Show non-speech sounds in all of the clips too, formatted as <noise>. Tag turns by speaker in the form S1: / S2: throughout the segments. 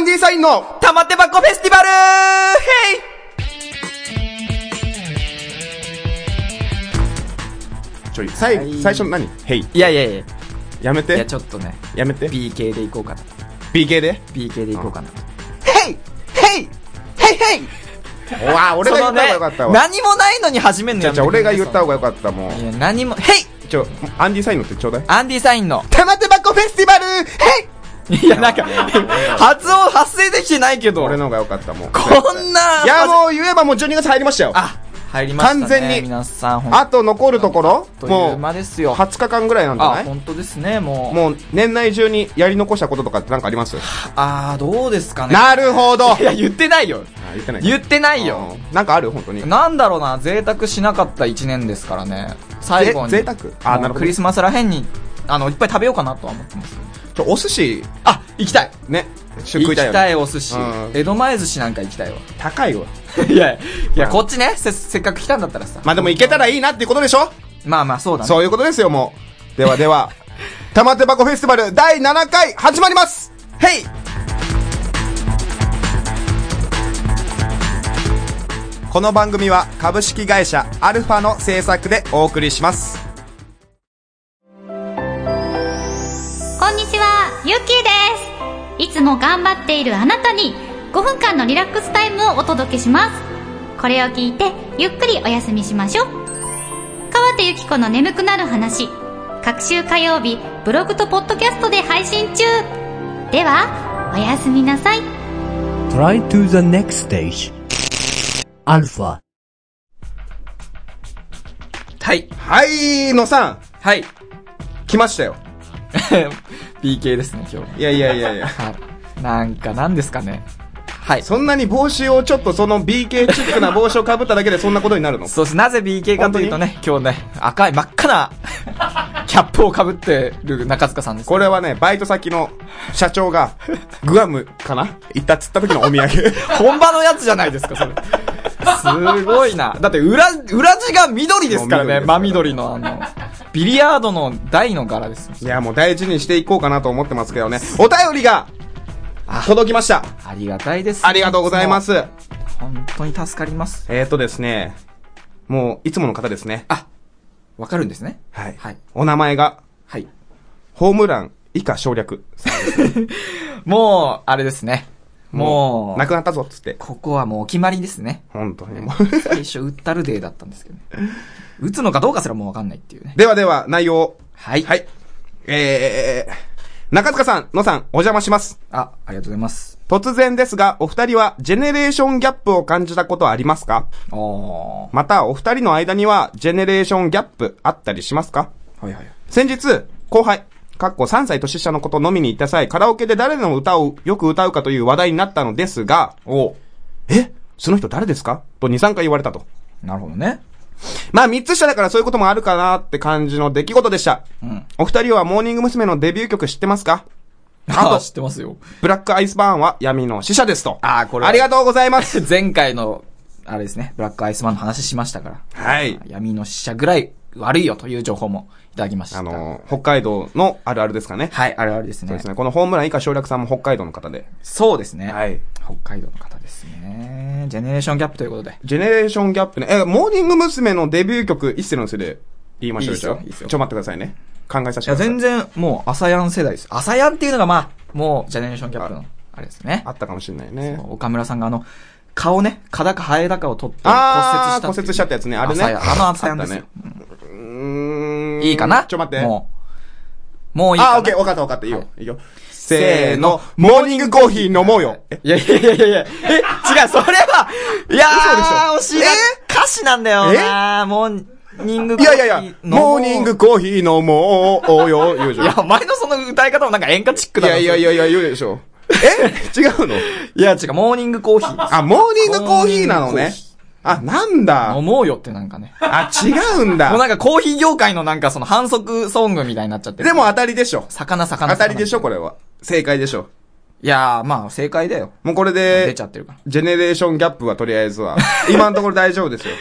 S1: ンディサインの
S2: 玉手箱フェスティバルヘイ
S1: ちょい、最、
S2: はい
S1: 最初の何ヘイ。
S2: いやいやいや、
S1: やめ
S2: いや
S1: て
S2: ち。ょっとね、
S1: やめて。
S2: B 系でいこうかな。
S1: B 系で。
S2: B 系でいこうかな。ヘイヘイヘイヘイ
S1: うわ、俺が言った方がよかった
S2: そのね
S1: わ。
S2: 何もないのに始めんの
S1: じゃ
S2: や
S1: じゃ俺が言った方
S2: が。
S1: がよかったもん
S2: い。や、何も、ヘイ
S1: ちょ、アンディサインのってちょうだい。
S2: アンディサインの。
S1: 玉手箱フェスティバルヘイ
S2: いや、なんか、発音発生できてないけど。
S1: 俺の方がよかったもん。
S2: こんな。
S1: いや、もう言えばもう12月入りましたよ。
S2: あ、入りましたね。
S1: 完全に
S2: 皆さん、ほん
S1: あと残るところ、
S2: とい
S1: も
S2: う
S1: う、
S2: 間ですよ。
S1: 20日間ぐらいなんじゃな
S2: あ、
S1: い
S2: 本当ですね、もう。
S1: もう年内中にやり残したこととかってなんかあります
S2: あー、どうですかね。
S1: なるほど
S2: いや、言ってないよ。
S1: あ言ってない
S2: 言
S1: て
S2: ってない
S1: う
S2: よ。。
S1: んなんかある本当に。
S2: なんだろうな、贅沢しなかった一年ですからね。最後に。
S1: ぜ贅沢あなるほど
S2: もうクリスマスらへんに、あの、いっぱい食べようかなとは思ってます。
S1: ちょ、お寿司、
S2: あ、行きたい。
S1: ね、食
S2: 行
S1: い
S2: き
S1: たいよ
S2: た
S1: ね。
S2: いお寿司
S1: うん。
S2: 江戸前寿司なんか行きたいわ。
S1: 高 <laughs> いわ。
S2: いや、いや、
S1: まあ
S2: こっちね、せ、せっかく来たんだったらさ。
S1: まあでも行けたらいいなっていうことでしょ
S2: まあまあ、そうだね。
S1: そういうことですよ、もう。ではで <laughs> は、玉手箱フェスティバル第7回始まります
S2: ヘイ
S1: この番組は株式会社アルファの制作でお送りします。
S3: こんにちは、ゆっきーです。いつも頑張っているあなたに5分間のリラックスタイムをお届けします。これを聞いてゆっくりお休みしましょう。川手ゆき子の眠くなる話、各週火曜日ブログとポッドキャストで配信中。では、おやすみなさい。
S4: Try to the next stage. Alpha.
S2: はい。
S1: はい、のさん、
S2: はい。 <laughs>
S1: 来ましたよ。
S2: BK ですね、今日。
S1: いやいやいやいや。
S2: はい。なんか、なんですかね。はい。
S1: そんなに帽子をちょっとその BK チックな帽子をかぶっただけでそんなことになるの
S2: そうです。なぜ BK かというとね、今日ね、赤い真っ赤な <laughs> キャップを被ってる中塚さんです。
S1: これはね、バイト先の社長が、グアムかな行ったっつった時のお土産。
S2: 本場のやつじゃないですか、それ。すごいな。だって、裏、裏地が緑ですからね。真緑のあの、ビリヤードの台の柄ですよ。
S1: いや、もう大事にしていこうかなと思ってますけどね。お便りが、届きました。
S2: ありがたいです、
S1: ありがとうございま
S2: つ
S1: す。
S2: も。本当に助かります。
S1: えーとですね、もう、いつもの方ですね。
S2: あ、わかるんですね。
S1: はい。
S2: はい。
S1: お名前が、
S2: はい。
S1: ホームラン以下省略。
S2: もう、あれですね。もう、
S1: なくなったぞ、つって。
S2: ここはもうお決まりですね。
S1: 本当にもう。
S2: 最初、打ったるデーだったんですけどね。打つのかどうかすらもうわかんないっていうね。
S1: ではでは、内容を。
S2: はい。
S1: はい。えー、中塚さん、野さん、お邪魔します。
S2: あ、ありがとうございます。
S1: 突然ですが、お二人はジェネレーションギャップを感じたことはありますか
S2: ああ。は
S1: また、お二人の間にはジェネレーションギャップあったりしますか
S2: いはい。
S1: 先日、後輩、かっこ3歳年下の子と飲みに行った際、カラオケで誰の歌をよく歌うかという話題になったのですが、
S2: お
S1: えその人誰ですかと2、3回言われたと。
S2: なるほどね。
S1: まあ、3つ下だからそういうこともあるかなって感じの出来事でした。
S2: うん。
S1: お二人はモーニング娘。のデビュー曲知ってますか
S2: あ
S1: あ
S2: <laughs> 知
S1: と
S2: ってますよ。
S1: ブラックアイスバーンは闇の死者ですと。
S2: あーこれは
S1: ありがとうございます。
S2: <laughs> 前回の、あれですね、ブラックアイスマンの話しましたから。
S1: はい。
S2: 闇の死者ぐらい悪いよという情報もいただきました。
S1: あの、北海道のあるあるですかね。
S2: はい、あれあれです
S1: そう
S2: ね
S1: で。すね。このホームラン以下省略さんも北海道の方で。
S2: そうですね。
S1: い。
S2: 北海道の方ですね。ジェネレーションギャップということで。
S1: ジェネレーションギャップね。え、モーニング娘。のデビュー曲、一世のせで言いましょう
S2: いいっすよいいっすよ
S1: ちょ、待ってくださいね。考えさせ
S2: い
S1: て
S2: や、
S1: ください。
S2: 全然、もう、アサヤン世代です。アサヤンっていうのが、まあ、もう、ジェネレーションギャップの
S1: あ、
S2: あれですね
S1: あ。ったかもしれないね。
S2: 岡村さんが、あの、顔ね、蚊だかハエだかを取って骨折
S1: あ
S2: した
S1: ー、骨折しちゃったやつね。あれね。
S2: アサヤンあのアサヤンです
S1: あ
S2: よ
S1: っ。たねうーん。
S2: いいかな
S1: ちょ、待って。
S2: もう。もういいかな。
S1: あー、オッケー、わかったわかった。いい
S2: は
S1: よ。いいよ。せーの、モーニングコーヒー飲もうよ。え
S2: いやいやいやいやいや、え、違う、それは、いやー、惜しいな。歌詞なんだよなモーニングコ
S1: い
S2: ーヒ
S1: や
S2: ー
S1: いやいや、モーニング。コーヒー飲もうよ、言うじ
S2: い
S1: ゃん
S2: や、。お前のその歌い方もなんか演歌チック
S1: い
S2: だ
S1: やいやい
S2: や。
S1: やいや、言うでしょ。え違うの
S2: いや、違う、モーニングコーヒー。
S1: あ、モーニングコーヒーなの
S2: モーニングコー
S1: ね
S2: ヒ。
S1: あ、なんだ
S2: 飲。もうよってなんかね。
S1: あ、違うん
S2: もうな
S1: だ。
S2: んかコーヒー業界のなんかその反則ソングみたいになっちゃってる
S1: でも、当たりでしょ。
S2: 魚
S1: 当
S2: 魚。
S1: たりでしょ、
S2: れ。
S1: これは。正解でしょ。
S2: いやー、まあ、正解だよ。
S1: もうこれ
S2: 出
S1: で
S2: ち、ゃってるから。
S1: ジェネレーションギャップはとりあえずは、今のところ大丈夫
S2: <laughs>
S1: ですよ。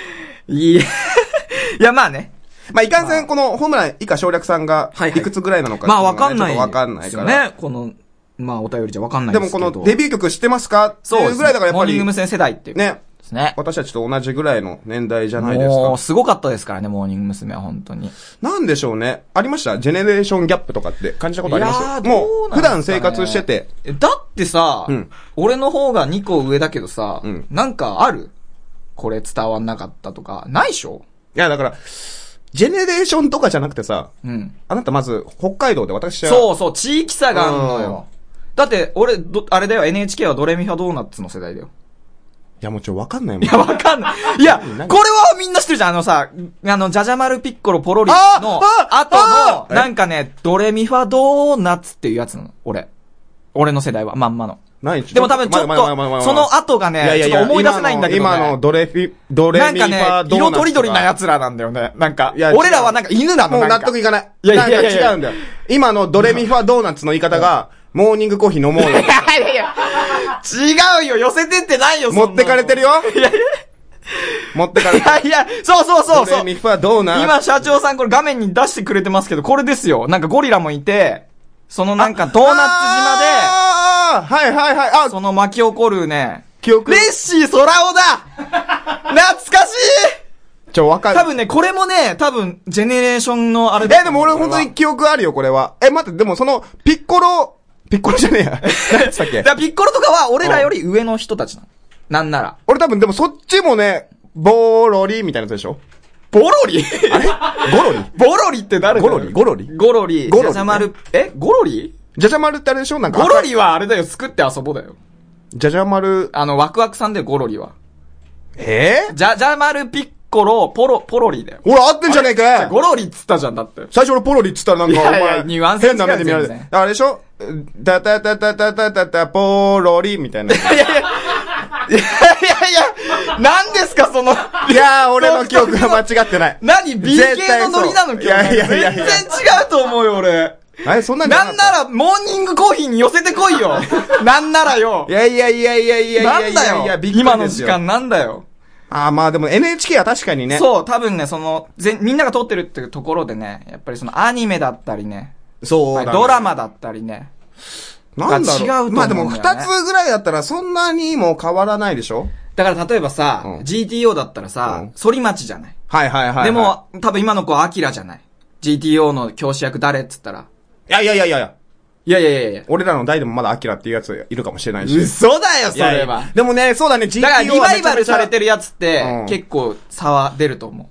S2: いや、いや、まあね。
S1: まあ、いかんせん、このホームラン以下省略さんが
S2: はい、はい
S1: いくつぐらいなのか、
S2: まあ、わかんない。
S1: わかんないから。
S2: ね、この、まあお便りじゃわかんない
S1: で
S2: で
S1: も
S2: すけ
S1: こ
S2: ど。
S1: のデビュー曲知ってますかって
S2: そう
S1: い
S2: で
S1: う
S2: す
S1: ぐらいだからやっぱ
S2: モーニン
S1: り
S2: グ、娘。世代っていうこと
S1: ね、
S2: ですね。
S1: 私たちと同じぐらいの年代じゃないです
S2: も
S1: か
S2: う、。すごかったですからね、モーニング娘。は本当に。
S1: なんでしょうね。ありましたジェネレーションギャップとかって感じたことあります
S2: いやー
S1: も
S2: どうなんですかね
S1: 普段生活してて。
S2: えだってさ、
S1: うん
S2: 俺の方が2個上だけどさ、
S1: うん
S2: なんかあるこれ伝わんなかったとか、ないでしょ
S1: いや、だから、ジェネレーションとかじゃなくてさ、
S2: うん。
S1: あなたまず北海道で私は、
S2: そうそう、地域差があるのよ。だって、俺、ど、あれだよ、NHK はドレミファドーナツの世代だよ。
S1: いやもうちょ、わかんないもん。
S2: いや、わかんない。いや、こ
S1: 何
S2: れ
S1: 何
S2: はみんな知ってるじゃん。あのさ、あの、じゃじゃ丸ピッコロポロリの
S1: ああ
S2: 後
S1: あ
S2: の、なんかね、ドレミファドーナツっていうやつなの。俺。俺の世代は、まんまの。
S1: ない
S2: でも多分ちょっと、その後が
S1: いやい
S2: ね、
S1: や
S2: ち
S1: い
S2: ょ
S1: や
S2: っと思い出せないんだけどね。
S1: 今の今のドレフィ、ドレ
S2: なん
S1: ミフ
S2: か
S1: ァド
S2: ね
S1: ーナツ、とか
S2: 色とりどりな奴らなんだよね。なんか
S1: いや、
S2: 俺らはなんか犬なの。
S1: もう
S2: な
S1: 納
S2: んか
S1: 得いかない。
S2: いやいやいやいや
S1: なんか違うんだよ。今のドレミファドーナツの言い方
S2: <laughs>
S1: が、モーニングコーヒー飲もうよ。
S2: いやいや違うよ、寄せてってないよ、そんな
S1: 持
S2: の
S1: ってかれてるよ持ってかれ
S2: い
S1: てる。
S2: やいや、そうそうそうそ
S1: ド
S2: う
S1: レ。ミファドーナツ。
S2: 今、社長さんこれ画面に出してくれてますけど、これですよ。なんかゴリラもいて、そのなんかドーナツ島
S1: あーはいはいはい。
S2: で、そ
S1: あ、
S2: の巻き起こるね、
S1: 記憶
S2: レッシー空男だ懐かしい
S1: ちょ、わかる。
S2: 多分ね、これもね、多分、ジェネレーションのあれ
S1: <laughs>
S2: だ
S1: え、でも俺本当に記憶あるよ、これは。え、待って、でもその、ピッコロ、ピッコロじゃねえや。
S2: <laughs>
S1: 何でしたっ
S2: だ
S1: け
S2: からピッコロとかは俺らより上の人たちなの。なんなら。
S1: 俺多分でもそっちもね、ボロリみたいなやつでしょ
S2: ボロリ
S1: あれゴロリ
S2: ボロリって誰だよ
S1: ゴロリゴロリ
S2: ゴロリ。
S1: ゴロリね
S2: じゃじゃ丸、えゴロリ
S1: じゃじゃ丸ってあれでしょなんか。
S2: ゴロリはあれだよ、作って遊ぼうだよ。
S1: じゃじゃ丸、
S2: あの、ワクワクさんだよ、ゴロリは。
S1: えぇ
S2: じゃじゃ丸ピッコロ、ポロ、ポロリだよ。
S1: ほら、合ってんじゃねえ
S2: じゃあ
S1: か
S2: ゴロリっつったじゃん、だって。
S1: 最初俺ポロリっつったらなんか、
S2: い
S1: お
S2: やいや
S1: 前、
S2: ニュアンス
S1: 変な目で見られ
S2: 違う
S1: る
S2: 全。
S1: あれでしょたたたたたたたた、ポロリみたいな。い
S2: いやいやいや、何ですか、その、
S1: やー、俺の記憶が間違ってない。
S2: 何 ?B
S1: 絶
S2: 系
S1: 対
S2: の
S1: そう
S2: ノリなの今日。
S1: いやいやいや
S2: 全
S1: い
S2: 然
S1: や
S2: 違うと思うよ、俺。
S1: あれ、そんなんじゃ
S2: な
S1: かっ
S2: ん
S1: た
S2: なら、モーニングコーヒーに寄せてこいよ。なんならよ
S1: い。やいやいやいやいやいや
S2: なん
S1: いやいやい
S2: だ
S1: や、
S2: よ
S1: びっくりですよ。
S2: 今の時間なんだよ。
S1: ああ、まあでも NHK は確かにね。そ
S2: そう、多分ね、その、ぜみんなが通ってるっていうところでね、やっぱりそのアニメだったりね、
S1: う。そ
S2: ドラ。マだったりね。
S1: なんだろう。
S2: が違うと思うんだよね
S1: まあでも二つぐらいだったらそんなにも変わらないでしょ
S2: だから例えばさ、
S1: うん
S2: GTO だったら
S1: う
S2: さ
S1: ん、
S2: 反町じゃない。
S1: はいはいはいはい。
S2: で、も、多分今の子はアキラじゃない。GTO の教師役誰っつったら。
S1: いやいやいやいや
S2: いやいやいやいや。
S1: 俺らの代でもまだアキラっていうやついるかもしれないし。
S2: 嘘だよ、そ
S1: いやい
S2: れ
S1: や
S2: は。
S1: でもね、そうだね、GTO
S2: だからリバイバルされ
S1: る。
S2: てるやつって
S1: うん、
S2: 結構差は出ると思う。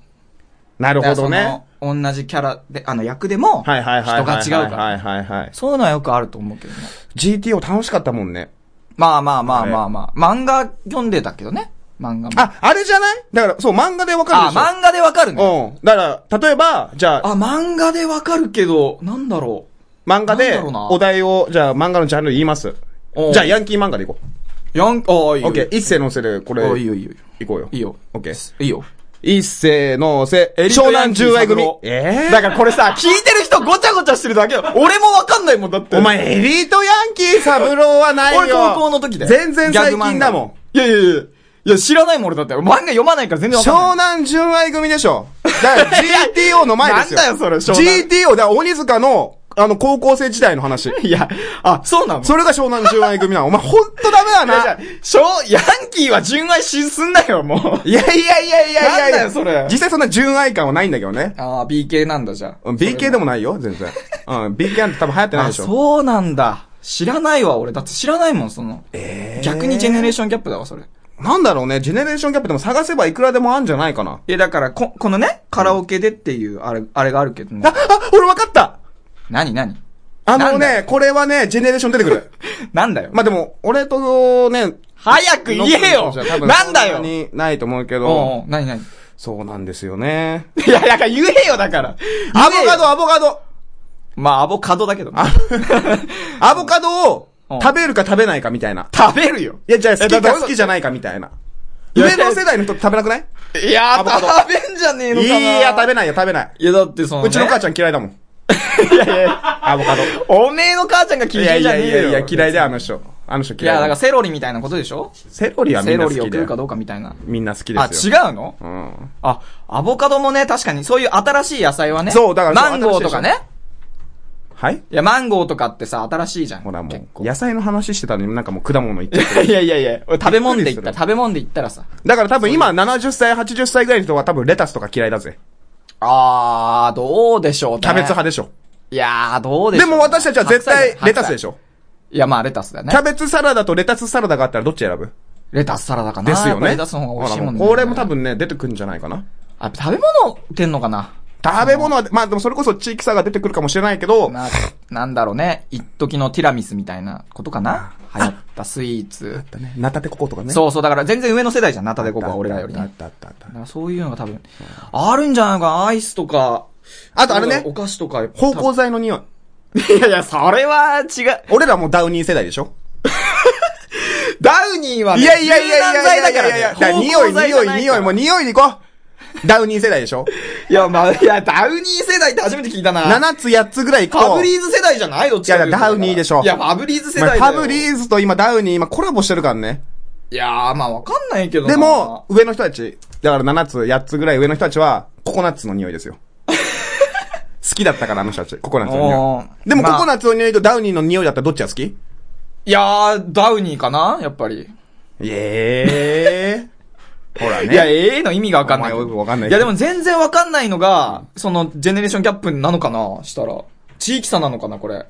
S1: なるほ
S2: だからそ
S1: ど
S2: の
S1: ね。。
S2: 同じキャラで、あの役でも、人
S1: はいはいはいはい
S2: が
S1: はい。
S2: 違うか
S1: は
S2: ら。
S1: いはいはい。
S2: そういうのはよくあると思うけどね。
S1: GTO 楽しかったもんね。
S2: まあまあまあまあまあ。漫画読んでたけどね。漫画も。
S1: あ、あれじゃないだから、そう、漫画でわかる
S2: あ、
S1: でしょ。
S2: 漫画でわかるね。
S1: うん。だから、例えば、じゃあ、
S2: あ、漫画でわかるけど、なんだろ
S1: 漫画
S2: なん
S1: で
S2: だろうな、
S1: お題を、じゃあ漫画のジャンル言います
S2: お。う
S1: じゃあ、ヤンキー漫画でいこう。
S2: う。ヤン、ああ、いいよ。
S1: オッケー、一世のせで、これ、
S2: あいい
S1: 行
S2: よいいよ。
S1: こうよ。
S2: いいよ。
S1: オッケー。
S2: いいよ。
S1: 一世のせ、
S2: エリート
S1: 湘南十愛組
S2: ヤンキ。ー三
S1: え
S2: だからこれさ、聞いてる人ごちゃごちゃしてるだけよ。俺もわかんないもんだって。
S1: お、前、エリートヤンキー三郎はないよ。
S2: 俺高校の時だよ。
S1: 全然最近だもん。
S2: ん。いやいやいや。いや、知らないもん俺だって。漫画読まないから全然わかんな
S1: 湘
S2: い。
S1: 南十愛組でしょ。だから GTO の前ですよ。
S2: なんだよそれ湘南
S1: GTO、だから鬼塚の、あの、高校生時代の話。
S2: いや、あ、そうなの
S1: それが湘南十愛組なの。お前、ほんとダメだ
S2: いやじゃ
S1: な
S2: あ。しょう、ヤンキーは純愛しすんなよ、もう。
S1: いやいやいやいやいやいや
S2: なんだよそれ
S1: 実際そんな純愛感はないんだけどね。
S2: ああ、BK なんだ、じゃ
S1: うん B 系でもないよ、全然。うん、B 系なんて多分流行ってない
S2: あ
S1: でしょ。
S2: そうなんだ。知らないわ、俺。だって知らないもん、その。逆にジェネレーションギャップだわ、それ。
S1: なんだろうね、ジェネレーションギャップでも探せばいくらでもあんじゃないかな。
S2: え、だから、こ、このね、カラオケでっていう、あれ、あれがあるけどね
S1: あ、。あ、俺分かった
S2: 何何
S1: あ
S2: な
S1: の
S2: んだ
S1: ね、これはね、ジェネレーション出てくる。 <laughs>
S2: なんだよ。
S1: まあでも、俺とね、
S2: 早 <laughs> く言え
S1: ノッ
S2: よ
S1: クの人じゃ多分
S2: なんだよ
S1: そにないと思うけ
S2: おうお
S1: ど、
S2: う何何い
S1: そうなんですよね。
S2: や、だから言えよ、だから。
S1: アボカ
S2: ド
S1: ド、アボカド
S2: まあ、ア <laughs> ボカドだけどね。
S1: アボカドを
S2: うん
S1: 食べるか食べないかみたいな。
S2: 食べるよ。
S1: いや、じゃあ好
S2: えだ
S1: き
S2: ど
S1: か
S2: ういうこと
S1: 好きじゃないかみたいな。
S2: いや
S1: 上の世代の人食べなくない
S2: いや
S1: アボカド
S2: 食べんじゃねえの
S1: い
S2: かな。
S1: や、食べないよ、食べない。
S2: いや、だってその、
S1: うちの母
S2: ち
S1: ちゃん嫌いだもん。
S2: ゃん。 <laughs> いやいや
S1: アボカド。
S2: おめえの母ちゃんが
S1: い
S2: 嫌
S1: や
S2: い
S1: い
S2: じゃ
S1: や
S2: ね
S1: い
S2: えよ。
S1: やいや、嫌いだよ、あ
S2: い
S1: の人。あの人嫌い
S2: や、だ
S1: だ
S2: か
S1: よ
S2: らセロリみたいなことでしょ
S1: セロリはみ
S2: セ
S1: んな
S2: ロ
S1: 好
S2: リを
S1: きだ
S2: 食うか
S1: よ。
S2: どうかみたいな。
S1: みんな好きで
S2: あ、
S1: す
S2: 違
S1: よ。
S2: うの
S1: うん。
S2: あ、アボカドもね、確かにそういう新しい野菜はね。
S1: そうだからそう
S2: マンゴーとかね。
S1: はい
S2: いや、マンゴーとかってさ、新しいじゃん。
S1: ほらも
S2: 結
S1: う、
S2: 構
S1: 野菜の話してたのになんかもう果物いっちゃう。
S2: いやいやいや、俺食べ物で言
S1: びっくり
S2: ったら、
S1: する
S2: 食べ物で言ったらさ。
S1: だから多分今70歳、80歳ぐらいの人は多分レタスとか嫌いだぜ。
S2: あー、どうでしょうね。
S1: キャベツ派でしょ。
S2: いやー、どうでし
S1: で
S2: ょう。
S1: も私たちは絶対
S2: 白菜
S1: レ
S2: だ
S1: タ
S2: よ
S1: スでし。ょ。
S2: 白菜いや、まあ、レタスだよね
S1: キャ。ベツサラダとレタスサラダがあったらどっち選ぶ
S2: レタスサラダかな。
S1: です
S2: や
S1: よ
S2: っぱ
S1: ね。
S2: レタスの方が美味しい
S1: ほら
S2: もんね。
S1: うこれも多。分ね、出てくるんじゃないかな。
S2: あ、食べ物売ってんのかな。
S1: 食べ物は、まあでもそれこそ地域差が出てくるかもしれないけど、
S2: な、なんだろうね。一時のティラミスみたいなことかな。流行ったスイーツ。
S1: ナタテココとかね。
S2: そうそう、だから全然上の世代じゃん、ナタデココは俺らより
S1: あっ
S2: ね。
S1: たあったあったあ
S2: だ
S1: っ
S2: からそういうのが多分、あるんじゃないか、アイスとか。
S1: あとあれね
S2: お菓子とか。
S1: た。芳香剤の匂い。
S2: いやいや、それは違う。
S1: 俺らもダウニー世代でしょ
S2: ダウニーはいね、
S1: やいやいやい
S2: 柔軟
S1: やい
S2: 剤
S1: や
S2: だ
S1: いやいや、だから
S2: からね。
S1: 匂い
S2: 芳香剤じゃ
S1: 匂い
S2: な
S1: 匂い、
S2: から
S1: もう匂いに行こうダウニー世代でしょ
S2: いや、まあ、いや、ダウニー世代って初めて聞いたな。
S1: ?7 つ8つぐらい
S2: フ
S1: 行こう。
S2: ァブリーズ世代じゃないどっちかとうと
S1: いやダウニーでしょ
S2: いや、ファブリーズ世
S1: まあ
S2: 代
S1: フ
S2: だよ。
S1: ァブリーズと今ダウニー今コラボしてるからね。
S2: いやー、まあわかんないけどな
S1: でも、、上の人たち、だから7つ、8つぐらい上の人たちは、ココナッツの匂いですよ。 <laughs> 好きだったから、あの人たち。ココナッツの
S2: お
S1: 匂い。
S2: ー
S1: でも、
S2: まあ
S1: ココナッツの匂いとダウニーの匂いだったらどっちが好き
S2: いやー、ダウニーかなやっぱり。
S1: ええー。 <laughs> ほらね。
S2: いや、ええの意味がわかんない。
S1: お前よくわかんない
S2: いや、でも全然わかんないのが、その、ジェネレーションギャップなのかなしたら。地域差なのかなこれ。も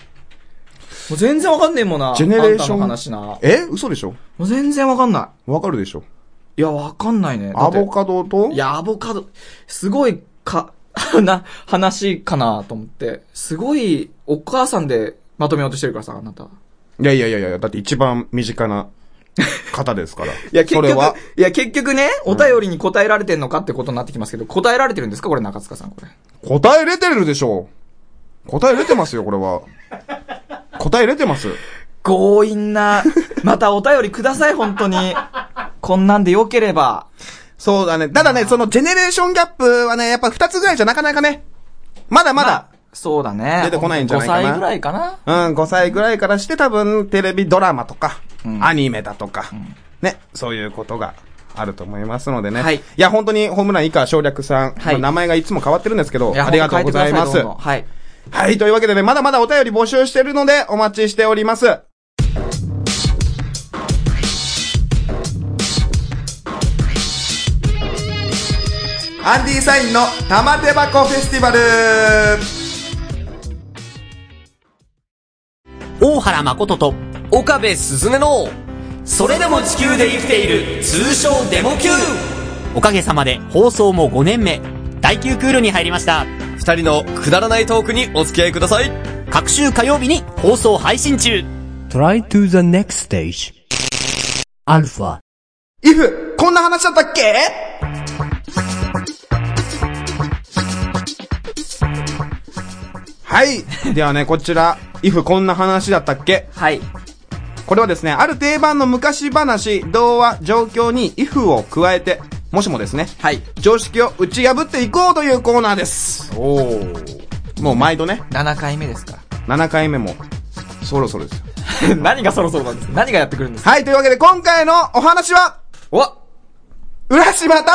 S2: う全然わかんねえもんな。
S1: ジェネレーショ
S2: あんた
S1: ン。
S2: の話な。も
S1: え嘘でしょ
S2: う全然わかんな
S1: わかるでしょ
S2: い。いや、わかんないね。だ
S1: ア
S2: って
S1: ボカドと
S2: いや、アボカド、すごい、か、 <laughs> な、話かなと思って。すごい、お母さんでまとめようとしてるからさ、あなた。
S1: いやいやいやいや、だって一番身近な方です <laughs> から。い
S2: いや、結
S1: そ
S2: 局、
S1: れは、
S2: いや、結局ね、お便りに答えられてんのかってことになってきますけど、答えられてるんですかこれ、中塚さん、これ。
S1: 答えれてるでしょ答えれてますよ、これは。答えれてます。
S2: 強引 <laughs> な、またお便りください、本当に。こんなんで良ければ。
S1: そうだね。ただね、そのジェネレーションギャップはね、やっぱ二つぐらいじゃなかなかね、まだまだ、
S2: そうだね。
S1: 出てこないんじゃないかな
S2: 5歳ぐらいかな。
S1: うん、5歳ぐらいからして多分テレビドラマとか、
S2: うん
S1: アニメだとか、ね、そういうことがあると思いますのでね。
S2: はい
S1: や、本当にホームラン以下省略さん、ま
S2: はい
S1: あ名前がいつも変わってるんですけど、
S2: や
S1: ありがとうございま
S2: 本当
S1: す
S2: に書てくださど。うもはい。
S1: はい、というわけでね、まだまだお便り募集してるので、お待ちしております。アンディサインの玉手箱フェスティバル
S5: 大原誠と岡部すずめのそれでも地球で生きている通称デモ級おかげさまで放送も5年目第9クールに入りました
S6: 二人のくだらないトークにお付き合いください。
S5: 各週火曜日に放送配信中
S4: Try to the next stage. Alpha.
S1: !if! こんな話だったっけはい。ではね、こちら、if こんな話だったっけ
S2: はい。
S1: これはですね、ある定番の昔話、童話、状況に if を加えて、もしもですね、
S2: はい。
S1: 常識を打ち破っていこうというコーナーです。おお。もう毎度ね、
S2: 7回目ですか
S1: 7回目も、そろそろですよ。
S2: ら。 <laughs> 何がそろそろなんですか何がやってくるんですか
S1: はい、というわけで今回のお話は、
S2: おわ
S1: 浦島太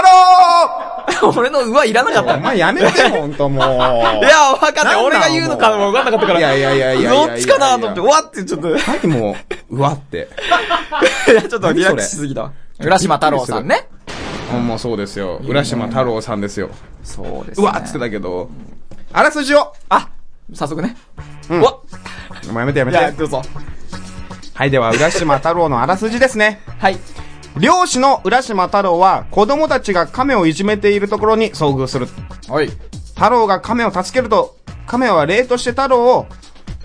S1: 郎
S2: <laughs> 俺のうわいらなかった
S1: お。前やめ <laughs> てよ、ほんともう。
S2: いや、わかんない。
S1: なんだ
S2: 俺が言うのかわかんなかったから。
S1: いやいやいやいやいやいや
S2: どっちかなと思って、うわってちょっと、い
S1: 何もう、うわ <laughs> って。
S2: や、ちょっとリラックスしすぎだわ。浦島太郎さんね。
S1: もうそうですよ。浦島太郎さんですよ。
S2: そうです、
S1: う
S2: ね。
S1: わっつってたけど。あらすじを
S2: あ、早速ね。うんわ
S1: お前やめてやめ
S2: いや、
S1: て。
S2: どうぞ。
S1: はい、では、浦島太郎のあらすじですね。
S2: はい。
S1: 漁師の浦島太郎は子供たちが亀をいじめているところに遭遇する。
S2: はい。
S1: 太郎が亀を助けると、亀は礼として太郎を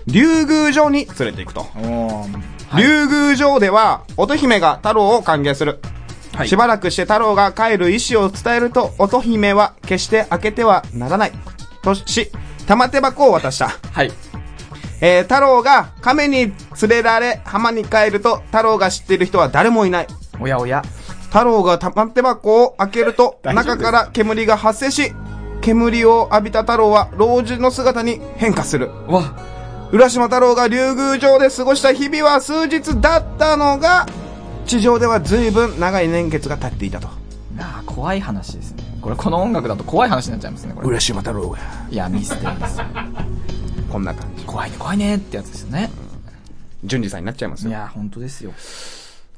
S1: 竜宮城に連れて行くと。
S2: おー
S1: 竜宮城では乙姫が太郎を歓迎する。
S2: はい
S1: しばらくして太郎が帰る意思を伝えると、乙姫は決して開けてはならない。とし、玉手箱を渡した。
S2: はい。
S1: えー、太郎が亀に連れられ浜に帰ると、太郎が知っている人は誰もいない。
S2: おやおや。
S1: 太郎が玉手箱を開けると、
S2: <laughs> 大丈夫です
S1: 中から煙が発生し、煙を浴びた太郎は老人の姿に変化する。
S2: うわ。
S1: 浦島太郎が竜宮城で過ごした日々は数日だったのが、地上では随分長い年月が経っていたと。
S2: なあ、怖い話ですね。これこの音楽だと怖い話になっちゃいますねこれ
S1: 浦島太郎が。
S2: いやミステリー <laughs> ですよ
S1: こんな感じ。
S2: 怖いね怖いねってやつですよね
S1: 順次さんになっちゃいます
S2: い
S1: よ。
S2: や本当ですよ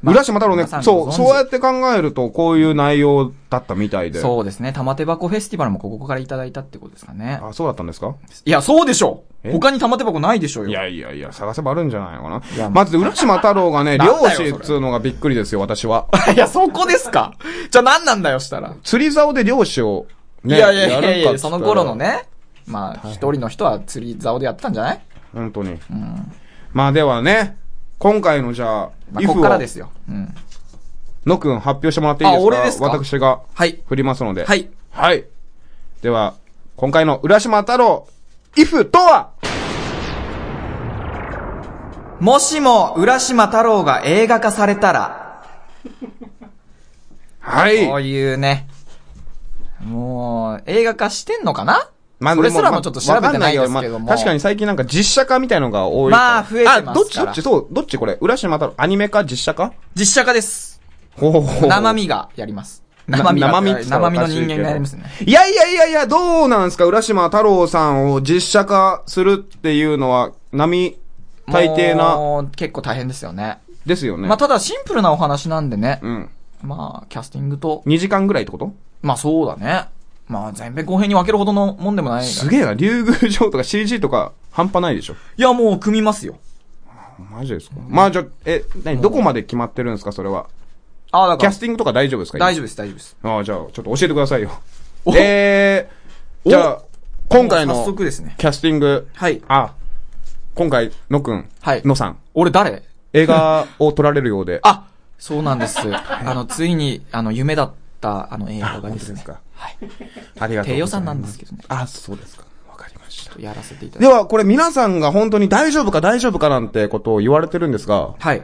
S1: 浦島太郎ね、
S2: 皆さん
S1: そ
S2: ご
S1: う、
S2: 存知
S1: そうやって考えると、こういう内容だったみたいで。
S2: そうですね玉手箱フェスティバルもここからいただいたってことですかね
S1: あ、そうだったんですか
S2: いやそうでしょ
S1: え
S2: 他に玉手箱ないでしょうよ
S1: いやいやいや、探せばあるんじゃないのか
S2: い
S1: な。
S2: や
S1: まず、浦島太郎がね、
S2: なんだ
S1: 漁
S2: よ
S1: 師っつうのがびっくりですよ、私は。
S2: <laughs> いや、そこですかじゃあ何なんだよ、したら。
S1: 釣り竿で漁師を、ね、
S2: いやいやいやい
S1: るかっつったら
S2: や、その頃の。ね、まあ、一人の人は釣り竿でやってたんじゃない
S1: 本当に。
S2: うん。
S1: まあではね、今回のじゃあ、
S2: まあ、
S1: イ
S2: こ
S1: フ
S2: っ
S1: を
S2: からですよ。うん。
S1: のくん発表してもらっていいですか
S2: あ俺ですか
S1: 私が
S2: はい。
S1: 振りますので。
S2: はい。
S1: はい。では、今回の浦島太郎、イフとは
S2: もしも、浦島太郎が映画化されたら、
S1: はい。
S2: こういうね、もう、映画化してんのかな
S1: まあ
S2: それすら
S1: で
S2: もちょっと調べてないですけども。
S1: まあ確かに最近なんか実写化みたいのが多いから。
S2: まあ増えてますから
S1: あ、どっちどっちそう、どっちこれ浦島太郎、アニメ化実写化
S2: 実写化です。
S1: ほうほうほう
S2: 生。身がやります。
S1: な
S2: 生身が。
S1: 生身って言ったら
S2: 生身の人間がやります
S1: お
S2: ね
S1: か。しいけどいやいやいやいや、どうなんですか浦島太郎さんを実写化するっていうのは、並大抵な、
S2: もう。結構大変ですよね。
S1: ですよね。
S2: まあ、ただシンプルなお話なんでね。
S1: うん。
S2: まあ、キャスティングと、
S1: 2時間ぐらいってこと
S2: まあそうだね。まあ前編後編に分けるほどのもんでもないが
S1: すげえな、竜宮城とか CG とか半端ないでしょ。
S2: いや、もう組みますよ。
S1: マジですかまあじゃあ、え、何、どこまで決まってるんですかそれは。
S2: ああ、だ
S1: キャ
S2: から
S1: ス、ティングとか大丈夫ですか
S2: 大丈夫です、大丈夫です。
S1: ああ、じゃあ、ちょっと教えてくださいよ。
S2: お
S1: えー、じゃあ、今回
S2: もう
S1: の
S2: 早速ですね。
S1: キャスティング。
S2: はい
S1: あ、今回、のくん。
S2: はい
S1: のさん。
S2: 俺誰
S1: 映画を撮られるようで。あ、
S2: <laughs> あ、そうな
S1: <laughs>
S2: んです。あの、ついに、あの、夢だった、あの、映画がですね。
S1: か。
S2: はい。
S1: ありがとうございます。
S2: 低予算なんですけどね。
S1: あ、そうですか。わかりました。
S2: やらせていただ
S1: で
S2: いて。
S1: は、これ皆さんが本当に大丈夫か大丈夫かなんてことを言われてるんですが。
S2: はい。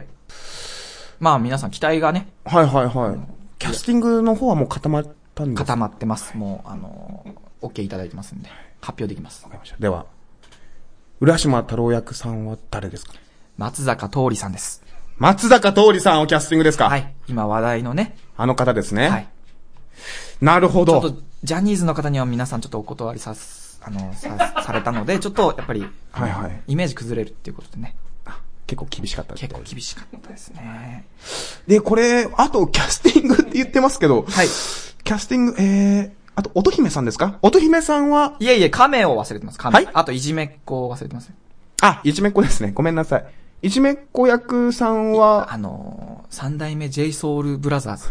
S2: まあ皆さん期待がね、
S1: はいはいはい。キャスティングの方はもう固まったんです
S2: 固まってます。もう、あの、OK いただいてますんで、発表できます。
S1: ました。では、浦島太郎役さんは誰ですか
S2: 松坂桃李さんです。
S1: 松坂桃李さんをキャスティングですか
S2: はい。今話題のね、
S1: あの方ですね。
S2: はい。
S1: なるほ
S2: ちょっ
S1: ど
S2: と。、ジャニーズの方には皆さんちょっとお断りさす、あの、さ、されたの
S1: <laughs>
S2: で、ちょっと、やっぱり、
S1: はいはい
S2: イメージ崩れるっていうことでね。
S1: 結構厳しかったみたい
S2: 結構厳しかったですね。
S1: で、これ、あと、キャスティングって言ってますけど、
S2: はい。
S1: キャスティング、えー、あと、乙姫さんですか乙姫さんは、
S2: いえいえ、亀を忘れてます、亀。
S1: はい
S2: あと、いじめっ子を忘れてます。
S1: あ、いじめっ子ですね。ごめんなさい。いじめっ子役さんは、
S2: あのー、三代目 j ソ o ルブラザーズ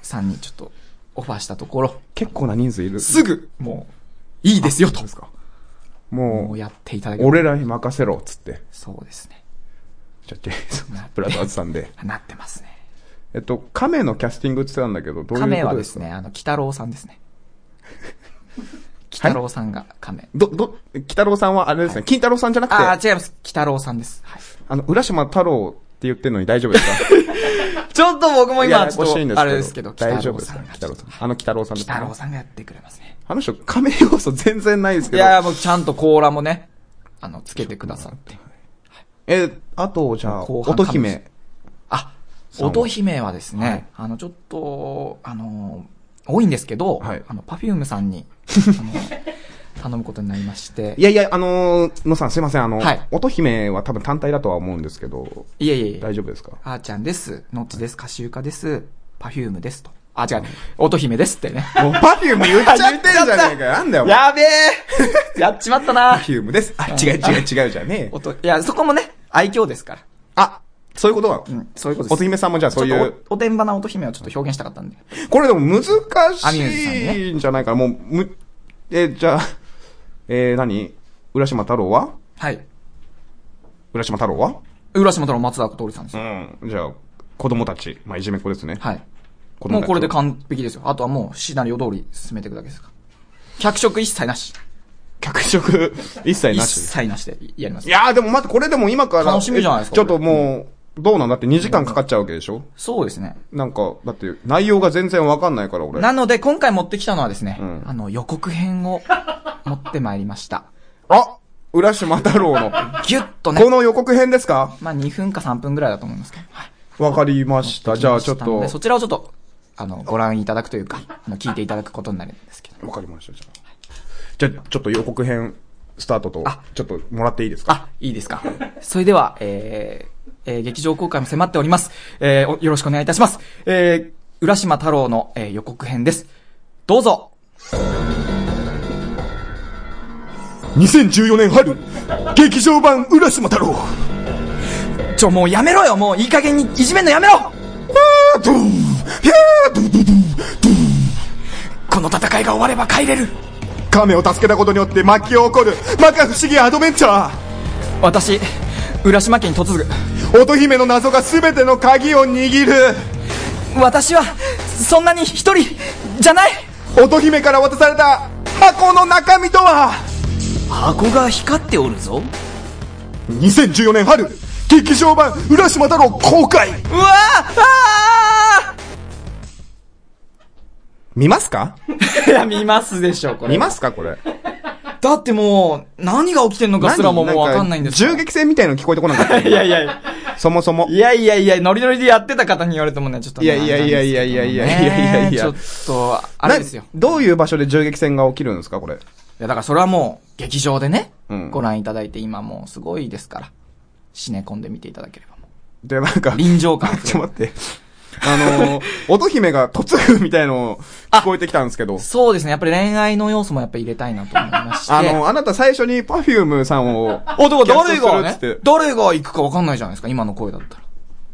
S2: さんにちょっと、オファーしたところ、
S1: 結構な人数いる。
S2: すぐ、もう、いいですよ、と。も
S1: も
S2: う
S1: う、
S2: やっていただき
S1: 俺らに任せろ、つって。
S2: そうですね。
S1: じゃあ、ジェイソン、ブラザーズさんで。
S2: なってますね。
S1: えっと、亀のキャスティングって言ってたんだけど、どういう
S2: 亀
S1: こ
S2: は
S1: と
S2: で
S1: です
S2: す
S1: か
S2: ね、あの、北郎さんですね。北郎さんが亀。
S1: ど、ど、北郎さんはあれですね、金太郎さんじゃなくて、あ
S2: ああ、違います。北郎さんです。はい。
S1: の、浦島太郎って言ってるのに大丈夫ですか
S2: ちょっと僕も
S1: いや
S2: 今、ちょっ
S1: 欲しいん
S2: と、あれですけど、
S1: 大丈夫ですか北
S2: 北
S1: 郎
S2: 郎
S1: さ
S2: さ
S1: ん
S2: ん。。
S1: あの北郎さんです
S2: 北
S1: か
S2: 郎さんがやってくれますね。
S1: あの人、亀要素全然ないです
S2: い
S1: けど。
S2: やいや、もうちゃんと甲羅もね、あの、つけてくださって。
S1: え、あと、じゃあ、
S2: 後半
S1: 乙姫。
S2: あ、
S1: んは
S2: 乙姫はですね、
S1: はい
S2: あの、ちょっと、あの、多いんですけど、
S1: はい
S2: あの、パフュームさんに、あの、頼むことになりまして
S1: い、やいや、あのー、のさんすいません、あの、
S2: はい
S1: 乙姫は多分単体だとは思うんですけど、
S2: いえいえいえ、
S1: 大丈夫ですか
S2: あーちゃんです、のっちです、カシウカです、パフュームですと。あ、違う、乙姫ですってね。
S1: もう、パフューム言っちゃってるじゃねえかよ。なんだよ、
S2: やべえ <laughs> やっちまった
S1: <laughs>
S2: な
S1: パフュームです。あ、違う違う違うじゃねえよ。
S2: おといや、そこもね、愛嬌ですから。
S1: あ、そういうことなの、
S2: うん、そういうことです。
S1: 乙姫さんもじゃあそうい
S2: ちょっ
S1: う
S2: と、おおてんばな乙姫をちょっと表現したかったんで。
S1: これでも難
S2: アミューズさん
S1: し
S2: ね
S1: いんじゃないかな。もう、む、え、じゃあ、えー、何浦島太郎は
S2: はい。
S1: 浦島太郎は
S2: 浦島太郎松坂桃李さんですよ。
S1: うん。じゃあ、子供たち。まあ、いじめっ子ですね。
S2: はい。
S1: 子供
S2: も
S1: た
S2: う
S1: ち
S2: これで完璧ですよ。あとはもうシナリオ通り進めていくだけですから。脚色一切なし。
S1: 脚
S2: <laughs>
S1: 色、一切
S2: 一
S1: なし。
S2: 切なしでやりま
S1: い
S2: す。
S1: やーでも待って、これでも今から。
S2: 楽しみじゃないですか
S1: えちょっともう、どうなんだって2時間かかっちゃうわけでしょ
S2: そうですね。
S1: なんか、だって、内容が全然わかんないから、俺。
S2: なので、今回持ってきたのはですね、
S1: ん
S2: あの、予告編を持ってまいりました。
S1: あ浦島太郎
S2: <laughs>
S1: の。
S2: ぎゅっとね
S1: こ。の予告編ですか
S2: まあ、2分か3分ぐらいだと思いますけど。はい。
S1: わかりました。じゃあ、ちょっ
S2: なの
S1: と
S2: で。そちらをちょっと、あの、ご覧いただくというか、あの聞いていただくことになるんですけど。
S1: わかりました、じゃあ。じゃあ、ちょっと予告編、スタートと
S2: あ、
S1: ちょっともらっていいですか
S2: あ、いいですか。それでは、えー、えー劇場公開も迫っております。えーおよろしくお願いいたします。えー、浦島太郎の、えー予告編です。どうぞ
S1: ?2014 年春、劇場版浦島太郎。
S2: ちょ、もうやめろよもういい加減にいじめんのやめろ
S1: ドゥンヒャードゥドゥドゥドゥン
S2: この戦いが終われば帰れる
S1: 亀を助けたことによって巻き起こる、摩訶不思議アドベンチャー。
S2: 私、浦島家に嫁ぐ。
S1: 乙姫の謎が全ての鍵を握る。
S2: 私は、そんなに一人、じゃない
S1: 乙姫から渡された箱の中身とは
S5: 箱が光っておるぞ。
S1: 2014年春劇場版浦島太郎公開
S2: うわーあ
S1: 見ますか
S2: ーいや、見ますでしょ、これ。
S1: 見ますかこ
S2: <laughs>
S1: れ。
S2: だってもう、何が起きてんのかすらももうわかんないんです
S1: 銃撃戦みたいの聞こえてこなかった。
S2: <laughs> いやいやいや。
S1: そもそも。
S2: いやいやいや、ノリノリでやってた方に言われてもね、ちょっと
S1: い
S2: ね、
S1: やいやいやいやいやいやいやいやいや
S2: ねえちょっと、あれですよ。
S1: などういう場所で銃撃戦が起きるんですかこれ。
S2: いや、だからそれはもう、劇場でね、
S1: うん
S2: ご覧いただいて今もうすごいですから、シネコンで見ていただければも
S1: で、なんか
S2: う。、臨場感あふ
S1: <laughs> ち
S2: れ
S1: ょっ
S2: る。
S1: と待って。あのー、乙姫が嫁ぐみたいの聞こえてきたんです
S2: <laughs>
S1: けど。
S2: そうですね、やっぱり恋愛の要素もやっぱ入れたいなと思いまして。
S1: あの、あなた最初にパフュームさん
S2: <laughs>
S1: を、
S2: お、だから誰が
S1: キャス
S2: ね
S1: トするっつって、
S2: 誰が行くか分かんないじゃないですか、今の声だったら。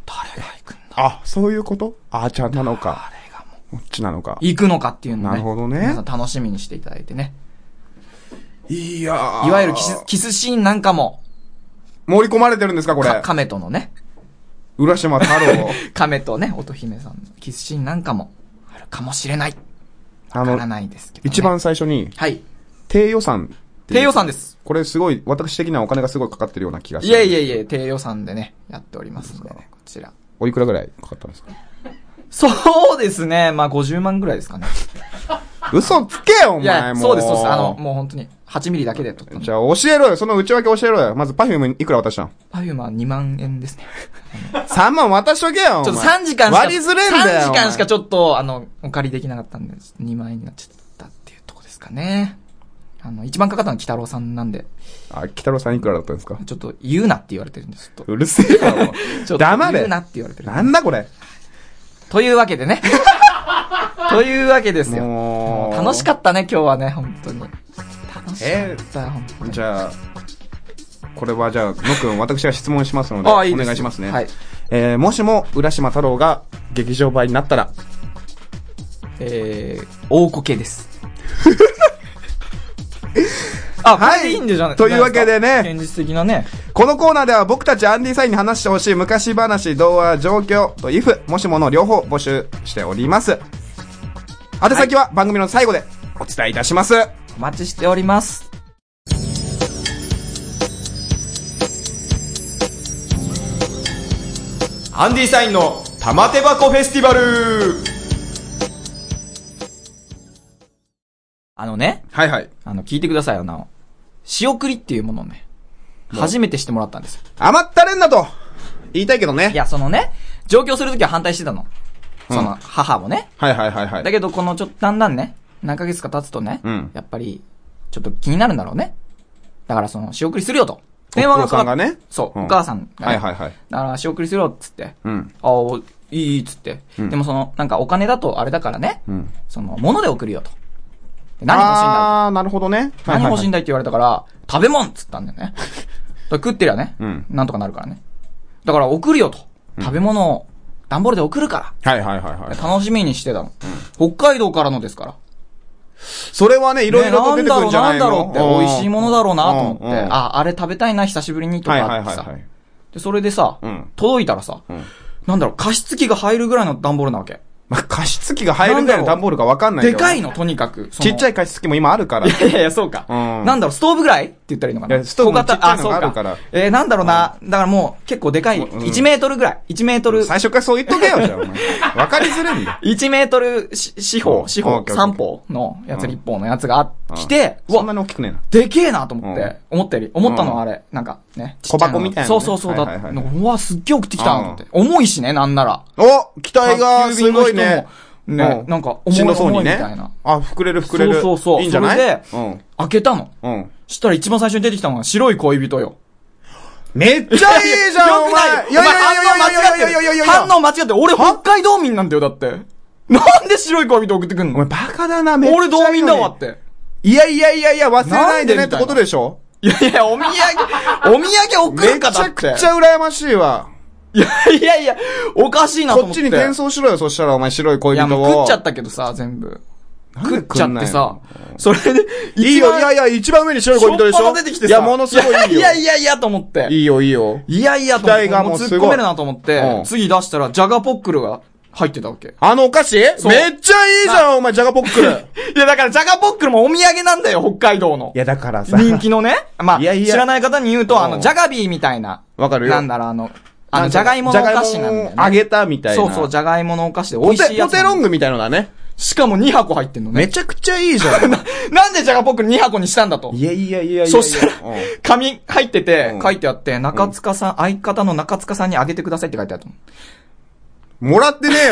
S2: 誰が行くんだ
S1: あ、そういうことあーちゃんなのか、
S2: 誰がもう
S1: こっちなのか。
S2: 行くのかっていうのを
S1: な
S2: ね。
S1: るほどね
S2: 皆さん楽しみにしていただいてね。
S1: いやー
S2: いわゆるキス、キスシーンなんかも、
S1: 盛り込まれてるんですかこ
S2: か
S1: れ。
S2: 亀とのね、
S1: 浦島太
S2: <laughs>
S1: 郎。
S2: 亀とね、乙姫さんのキスシーンなんかも、あるかもしれない。
S1: あ
S2: わから
S1: の、
S2: ないですけど、ね。
S1: 一。番最初に、
S2: はい。
S1: 低予算。
S2: 低予
S1: 算。
S2: 算です。
S1: これすごい、私的にはお金がすごいかかってるような気がす
S2: い
S1: る。
S2: えいえいえ、低予算でね、やっておりますのでね、こちら。
S1: おいくらぐらいかかったんですか
S2: そうですね、まあ50万ぐらいですかね。
S1: 嘘つけよ、お
S2: いや
S1: 前、も
S2: そうです、そうです。あの、もう本当に、8ミリだけで撮ったの
S1: じゃあ教えろよ、その内訳教えろよ。まずパフュームいくら渡したん
S2: パフュームは2万円ですね。
S1: ?3 万渡しとけよ、お前
S2: ちょっと3時間しか、
S1: 割りづれんだよ。
S2: 3時間しか
S1: お
S2: ちょっと、あの、お借りできなかったんで、2万円になっちゃったっていうとこですかね。あの、一番かかったのは北郎さんなんで、
S1: 前。あ、北郎さんいくらだったんですか
S2: ちょっと言うなって言われてるんです、ちょっと。
S1: うるせえわ、も
S2: <laughs> ちょ
S1: う。
S2: っと
S1: 黙
S2: 言
S1: れ
S2: う。なって言われてる。
S1: なんだこれ。
S2: というわけ
S1: <laughs>
S2: でね。というわけですよ。
S1: もう
S2: もう楽しかったね、今日はね、本当に。楽し
S1: えー
S2: かった、本当に。
S1: じゃあ、これはじゃあ、のくん、私が質問しますので、
S2: あいいです
S1: お願いしますね。
S2: はい
S1: えー、もしも、浦島太郎が劇場版になったら、
S2: えー、大コ
S1: <laughs>
S2: ケです。あ、
S1: はい
S2: これでいいんでじゃない
S1: というわけでね
S2: 現実的なね。
S1: このコーナーでは僕たちアンディサインに話してほしい昔話、童話、状況と if、もしもの両方募集しております。宛先は番組の最後でお伝えいたします。
S2: お待ちしております。
S6: アンディサインの玉手箱フェスティバル
S2: あのね、
S1: はいはい。
S2: あの、聞いてくださいよ、なお。仕送りっていうものをね、初めてしてもらったんですよ。
S1: 余ったれんだと言いたいけどね。
S2: いや、そのね、上京するときは反対してたの。その、母もね。
S1: はいはいはいは
S2: だ
S1: い。
S2: けど、このちょっと、だんだんね、何ヶ月か経つとね、
S1: うん
S2: やっぱり、ちょっと気になるんだろうね。だから、その、仕送りするよと。電話が
S1: お父
S2: か
S1: さ
S2: か
S1: んがね。
S2: そう、
S1: うん
S2: お母さんが、
S1: は
S2: ね。
S1: いはいはい。
S2: だから、仕送りするよ、っつって。
S1: うん。
S2: ああ、いい、っつって、でもその、なんかお金だとあれだからね、
S1: うん。
S2: その、物で送るよと。で何欲しいんだ
S1: あー、なるほどね。
S2: 何欲しいん
S1: だ
S2: だいって言われたから、食べ物っつったんだ
S1: <laughs>
S2: よね。だから食ってりゃね、
S1: うん
S2: なんとかなるからね。だから送るよと。食べ物を、段ボールで送るか
S1: はいはいはいは
S2: ら。
S1: い。
S2: 楽しみにしてたの、北海道からのですから。
S1: それはね、いろいろと出てくるんじゃない
S2: ねなんだろ
S1: の、
S2: う、なんだろうって、美味しいものだろうなと思って、
S1: うんうん
S2: あ、あれ食べたいな、久しぶりにと
S1: はい
S2: か
S1: は
S2: あ
S1: い
S2: っ
S1: は
S2: て
S1: い
S2: さ。
S1: はい。
S2: で、それでさ、
S1: うん
S2: 届いたらさ、
S1: ん
S2: なんだろう、加湿器が入るぐらいの段ボールなわけ。
S1: まあ、加湿器が入るぐらいの段ボールがわかんないけ
S2: で
S1: ど
S2: かいの、とにかく。
S1: ちっちゃ
S2: い。
S1: い加湿器も今あるから。
S2: <laughs> いやいや、そうか。
S1: うん
S2: なんだろう、ストーブぐらいって言ったらいいのか
S1: い
S2: な。
S1: やストーブも
S2: 小型
S1: ちっちゃいのがあるから
S2: そうえー、なんだろうな。だからもう、結構でかい。
S1: うん
S2: 1メートルぐらい。1メートル。
S1: 最初からそう言っとけよ、じゃあ、お
S2: <laughs>
S1: 前。わかりづれんだ。
S2: 1メートルし四
S1: う
S2: 方、
S1: ん
S2: 四
S1: オ
S2: 方
S1: ッ、ケーオッケー
S2: 三方のやつ、立方のやつがあ
S1: うん
S2: 来て、う
S1: そ
S2: わ
S1: んな、に大きくねえな。
S2: でけえなと思って、
S1: うん
S2: 思ったより、思ったのは
S1: う
S2: あれ、なんかね。
S1: 小箱みたいなね
S2: そうそうそうだっ
S1: はいはいはい
S2: なんかうわ、すっげえ送ってきたなと思って。重いしね、なんなら。
S1: お期待がすごいね。
S2: 宅急便の人もね
S1: う、ん
S2: なんか、重い
S1: しんどそう
S2: 重い
S1: に
S2: み
S1: ね
S2: たいな。。
S1: あ、膨れる膨れる。
S2: そうそうそう
S1: いいんじゃない
S2: それで
S1: うん。
S2: 開けたの。
S1: うん。
S2: したら一番最初に出てきたのが白い恋人よ。
S1: めっちゃいいじゃん、 <laughs>
S2: よ
S1: お
S2: くな
S1: 前
S2: いよ。お前反応間違ってる。反応間違ってる。俺北海道民なんだよ、だって。なんで白い恋人送ってくん
S1: お前
S2: の
S1: バカだな、めっちゃい
S2: 俺
S1: いのに
S2: 道民だわっ。て。
S1: いやいやいやいや、忘れないでね
S2: な
S1: っ
S2: んでみた
S1: て
S2: いな
S1: ことでしょ
S2: いやいや、お土産、お土産送
S1: め
S2: る
S1: ち
S2: かだ
S1: ゃ
S2: っ
S1: く
S2: て。
S1: ちゃ羨ましいわ。
S2: いやいやいや、おかしいなと
S1: こ
S2: 思
S1: っ
S2: っ
S1: ち
S2: て。
S1: に転送しろよ、そしたらお前白い
S2: い
S1: 恋
S2: や、
S1: 人を。
S2: もう食っちゃったけどさ、全部。
S1: んで
S2: 食っち
S1: 食
S2: ゃ
S1: ん
S2: っ
S1: ない
S2: て
S1: の
S2: さ、それで、
S1: いいよ、いやい
S2: や、
S1: や、一番上に白い
S2: しょ
S1: 恋
S2: っ
S1: 人でし
S2: ぱ
S1: ょ
S2: な出てきてさ。
S1: いや、ものすごいいいよ。
S2: いやいやいや、と思って。
S1: いいよ、いいよ。
S2: いやいや、と思っ
S1: 期待
S2: て。
S1: がも
S2: も
S1: う
S2: う
S1: すごい
S2: 突っ込めるなと思って、
S1: うん
S2: 次出したら、ジャガポックルが入ってたわけ。
S1: あのお菓子めっ
S2: う
S1: ちゃいいじゃん、お前、ジャガポックル。
S2: いや、だから、ジャガポックルもお土産なんだよ、北海道の
S1: い。や、だからさ。
S2: 人気のね。まあ、
S1: いやいや
S2: 知らない方に言う
S1: うん
S2: と、あの、ジャガビーみたいな。
S1: わかるよ
S2: なんだろう、あの、あ
S1: な
S2: の、
S1: んか
S2: ジャガイモのお菓子なんだよ、
S1: ジャガイ
S2: ね
S1: モ。揚げたみたいな。
S2: そうそう、ジャガイモのお菓子で美
S1: ポ
S2: 味しい
S1: テ、
S2: や
S1: ポ
S2: つ。
S1: テロングみたいのだね。
S2: しかも2箱入ってんのね。
S1: めちゃくちゃいいじゃ
S2: <laughs>
S1: ん。
S2: なんでジャガポックル2箱にしたんだと。
S1: いやいやいやいやいや。
S2: そしたら
S1: うん、
S2: 紙入って
S1: う
S2: て
S1: ん、
S2: 書いてあって、中塚さん、相方の中塚さんにあげてくださいって書いてあったの。
S1: もらってねえ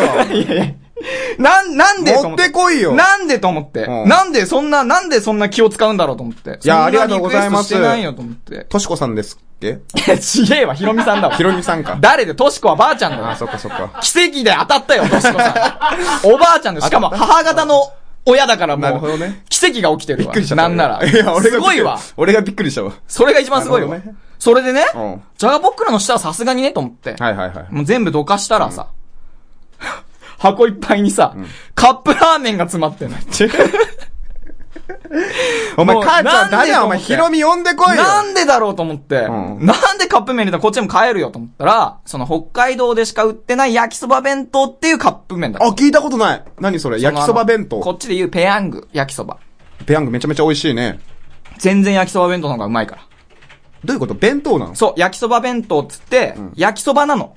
S1: わ。
S2: <laughs> なん、なんでと
S1: 持
S2: 思
S1: ってこいよ
S2: なんでと思って。
S1: うん
S2: なんでそんな、なんでそんな気を使うんだろうと思って。
S1: いや
S2: そんな
S1: ありがとうございます
S2: リクエストしてないよと思っ
S1: <laughs>
S2: て。
S1: としこさんですっけ
S2: いやちげえわ、ヒロミさんだわ。
S1: ひろみさん <laughs> か。
S2: 誰で、トシコはばあちゃんだ
S1: あ、そ
S2: よ。
S1: っかそっか。
S2: 奇跡で当たったよ、
S1: <laughs>
S2: トシコさん。おばあちゃんで、しかも母方の親だから
S1: なる
S2: も
S1: ほどね
S2: う、奇跡が起きて
S1: び
S2: るわ。
S1: っくりしちゃった。
S2: なんなら。
S1: いや、俺がび
S2: す
S1: っく
S2: ご
S1: り
S2: いわ。。
S1: 俺がびっくりしたわ。
S2: それが一番すごい
S1: な
S2: わ
S1: るほどね。
S2: それでね
S1: うん、
S2: ジャガポックラの下はさすがにね、と思って。
S1: はいはいはい。
S2: もう全部どかしたらさ、 <laughs> 箱いっぱいにさ、カップラーメンが詰まってんの。
S1: お前、
S2: もう
S1: 母ちゃん
S2: なん
S1: 誰
S2: で
S1: や、
S2: と
S1: お
S2: 思
S1: 前、
S2: って
S1: ひろみ呼んでこいよ。
S2: なんでだろうと思って、
S1: うん
S2: なんでカップ麺入れたらこっちも買えるよと思ったら、その北海道でしか売ってない焼きそば弁当っていうカップ麺だった
S1: あ、聞いたことない。何それ焼きそば弁
S2: あのこ
S1: 当。
S2: っちで言うペヤング、焼きそば。
S1: ペヤングめちゃめちゃ美味しいね。
S2: 全然焼きそば弁当の方がうまいから。
S1: どういうこと弁当なの
S2: そう、焼きそば弁当っつって、焼きそばなの。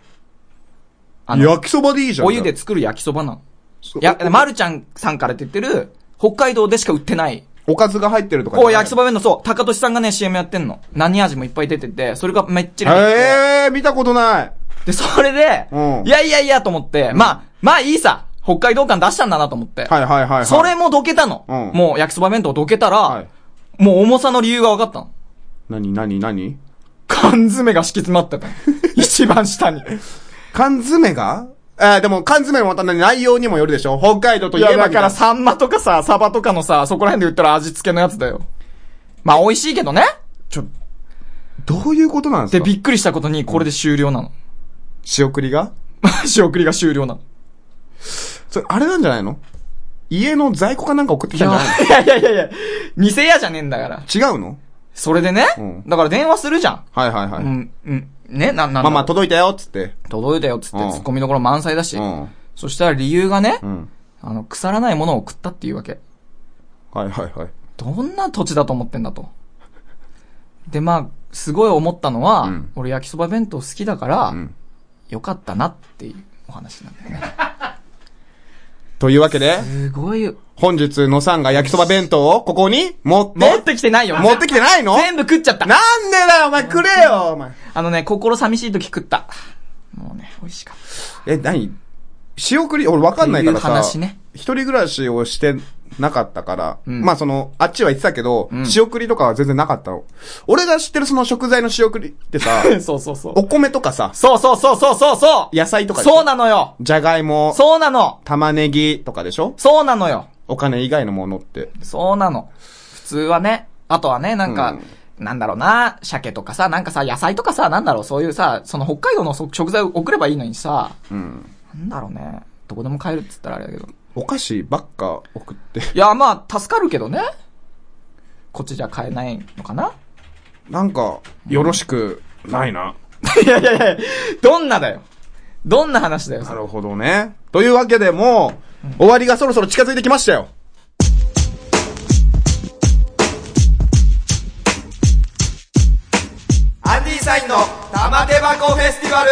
S2: あの、
S1: 焼きそばでいいじゃん。
S2: お湯で作る焼きそばなの。
S1: そう。
S2: や、
S1: ま、
S2: まるちゃんさんから出てる、北海道でしか売ってない
S1: おかずが入ってるとかじゃ
S2: こ
S1: な
S2: う
S1: い。
S2: 焼きそば弁当、そう、高俊さんがね、CM やってんの。何味もいっぱい出てて、それがめっちゃ入って
S1: ええー、見たことない。
S2: てで、それで、
S1: うん
S2: いやいやいやと思って、まあ、まあいいさ、北海道館出したんだなと思って。
S1: はいはいはいはい。
S2: それもどけたの。
S1: うん
S2: もう焼きそば弁当どけたら、
S1: はい
S2: もう重さの理由が分かったの。
S1: 何何何
S2: 缶詰が敷き詰まっ
S1: <laughs>
S2: てたの。一番下に。
S1: 缶詰がえー、でも缶詰もまたね内容にもよるでしょ北海道と
S2: い
S1: いえば
S2: や、だから
S1: み
S2: サンマとかさ、サバとかのさ、そこら辺で売ったら味付けのやつだよ。まあ美味しいけどね。
S1: たいなどういうことなんです
S2: で、
S1: か
S2: びっくりしたことに、これで終了なの。 <laughs>
S1: 仕送りが
S2: 仕送りが終了なの。
S1: それ、あれなんじゃないの家の在庫かなんか送ってきたんじゃない
S2: いやいやいやいや、店屋じゃねえんだから。
S1: の違うの
S2: それでね、
S1: うん
S2: だから電話するじゃん。
S1: はいはいはい。
S2: う
S1: ま
S2: ん、うん、ね、な、なんだ
S1: あまあ、届いたよ、つって。
S2: 届いたよっつって、
S1: うん
S2: ツッコミどころ満載だし、
S1: うん。
S2: そしたら理由がね、
S1: うん。
S2: あの、腐らないものを食ったっていうわけ。
S1: はいはいはい。
S2: どんな土地だと思ってんだと。で、まあ、すごい思ったのは、
S1: うん
S2: 俺焼きそば弁当好きだから、
S1: ん
S2: よかったなっていうお話なんだよね。
S1: というわけで、
S2: すごい、
S1: 本日のさんが焼きそば弁当をここに持って、
S2: 持ってきてないよ。
S1: 持ってきてないの
S2: 全部食っちゃった。
S1: なんでだよ、お前くれよ、お前。
S2: あのね、心寂しい時食った。もうね、美味しかった。
S1: え、何仕送り、俺わかんないからさ、
S2: っていう話ね
S1: 一人暮らしをしてなかったから、
S2: ん
S1: まあその、あっちは言ってたけど、
S2: ん
S1: 仕送りとかは全然なかったの。俺が知ってるその食材の仕送りって
S2: <laughs>
S1: さ、
S2: そうそうそう。
S1: お米とかさ、
S2: そうそうそうそうそうそう
S1: 野菜とかでしょ
S2: そうなのよ
S1: じゃがいも、
S2: そうなの
S1: 玉ねぎとかでしょ
S2: そうなのよ
S1: お金以外のものって。
S2: そうなの。普通はね、あとはね、なんか、なんだろうな、鮭とかさ、なんかさ、野菜とかさ、なんだろう、そういうさ、その北海道のそ食材を送ればいいのにさ、
S1: うん。
S2: なんだろうね、どこでも買えるって言ったらあれだけど。
S1: お菓子ばっか送って。 <laughs>
S2: いや、まあ、助かるけどね。こっちじゃ買えないのかな <laughs>
S1: なんか、よろしく、ないな。
S2: いやいやいや、どんなだよ。どんな話だよ、
S1: なるほどね。というわけでもう、終わりがそろそろ近づいてきましたよ。
S6: アンディサインの玉手箱フェスティバル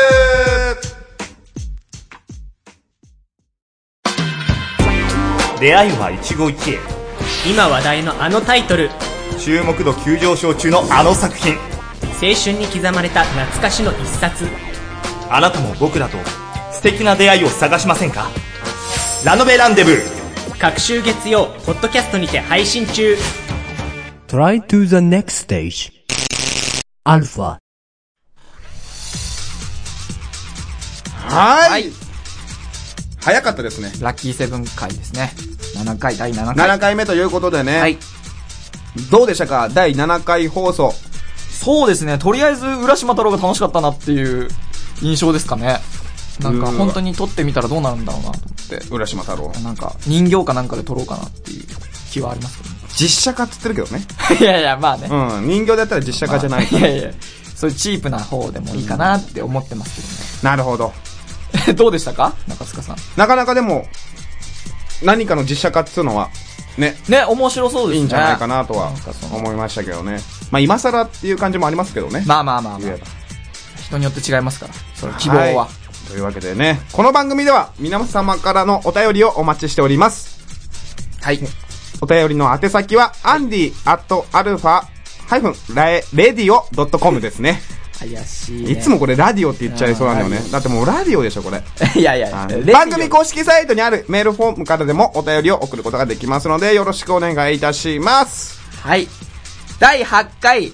S7: 出会いは一期一会
S5: 今話題のあのタイトル
S7: 注目度急上昇中のあの作品
S5: 青春に刻まれた懐かしの一冊
S7: あなたも僕らと素敵な出会いを探しませんかラノベランデブー
S8: 各週月曜、ポッドキャストにて配信中。
S4: Try to the next stage. Alpha.
S1: はーい。早かったですね。
S2: ラッキーセブン回ですね。7回、第7回。
S1: 7回目ということでね。
S2: はい。
S1: どうでしたか第7回放送。
S2: そうですね、とりあえず浦島太郎が楽しかったなっていう印象ですかね。なんか
S1: うーわ
S2: 本当に撮ってみたらどうなるんだろうなと思って。
S1: 浦島太郎。
S2: なんか人形かなんかで撮ろうかなっていう気はあります
S1: 実写化って言ってるけどね。
S2: け <laughs> どね。いやいや、まあね。
S1: うん。人形だったら実写化じゃない
S2: まあ。 <laughs> いやいや、そういうチープな方でもいいかなって思ってます
S1: なるほど。
S2: けどね。 <laughs> どうでしたか中塚さん。
S1: なかなかでも、何かの実写化っていうのは、ね、
S2: ね、面白そうですね。
S1: いいんじゃないかなとは
S2: んかその
S1: 思いましたけどね。まあ今更っていう感じもありますけどね。
S2: まあまあまあま
S1: 言え
S2: あ
S1: ば。
S2: 人によって違いますから。その希望は。
S1: いというわけでね、この番組では皆様からのお便りをお待ちしております。
S2: はい。
S1: お便りの宛先は、アンディアットアルファハイフンラエレディオドットコムですね。
S2: 怪しい、ね。
S1: いつ。もこれラディオって言っちゃいそうなんだよね
S2: うん。
S1: だってもうラディオでしょ、これ。
S2: <laughs> いやいや、レディオ
S1: 番組公式サイトにあるメールフォームからでもお便りを送ることができますので、よろしくお願いいたします。
S2: はい。第8回、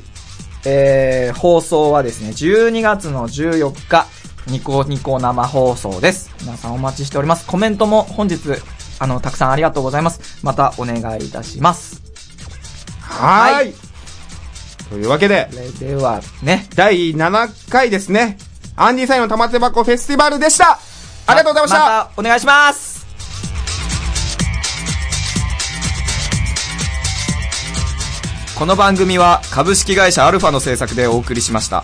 S2: えー、放送はですね、12月の14日、ニコニコ生放送です。皆さんお待ちしております。コメントも本日、あの、たくさんありがとうございます。またお願いいたします。
S1: は
S2: は
S1: ーい。というわけで
S2: そ、れではね、
S1: 第7回ですね、アンディサイの玉手箱フェスティバルでしたありがとうございました、
S2: またお願いします
S6: この番組は株式会社アルファの制作でお送りしました。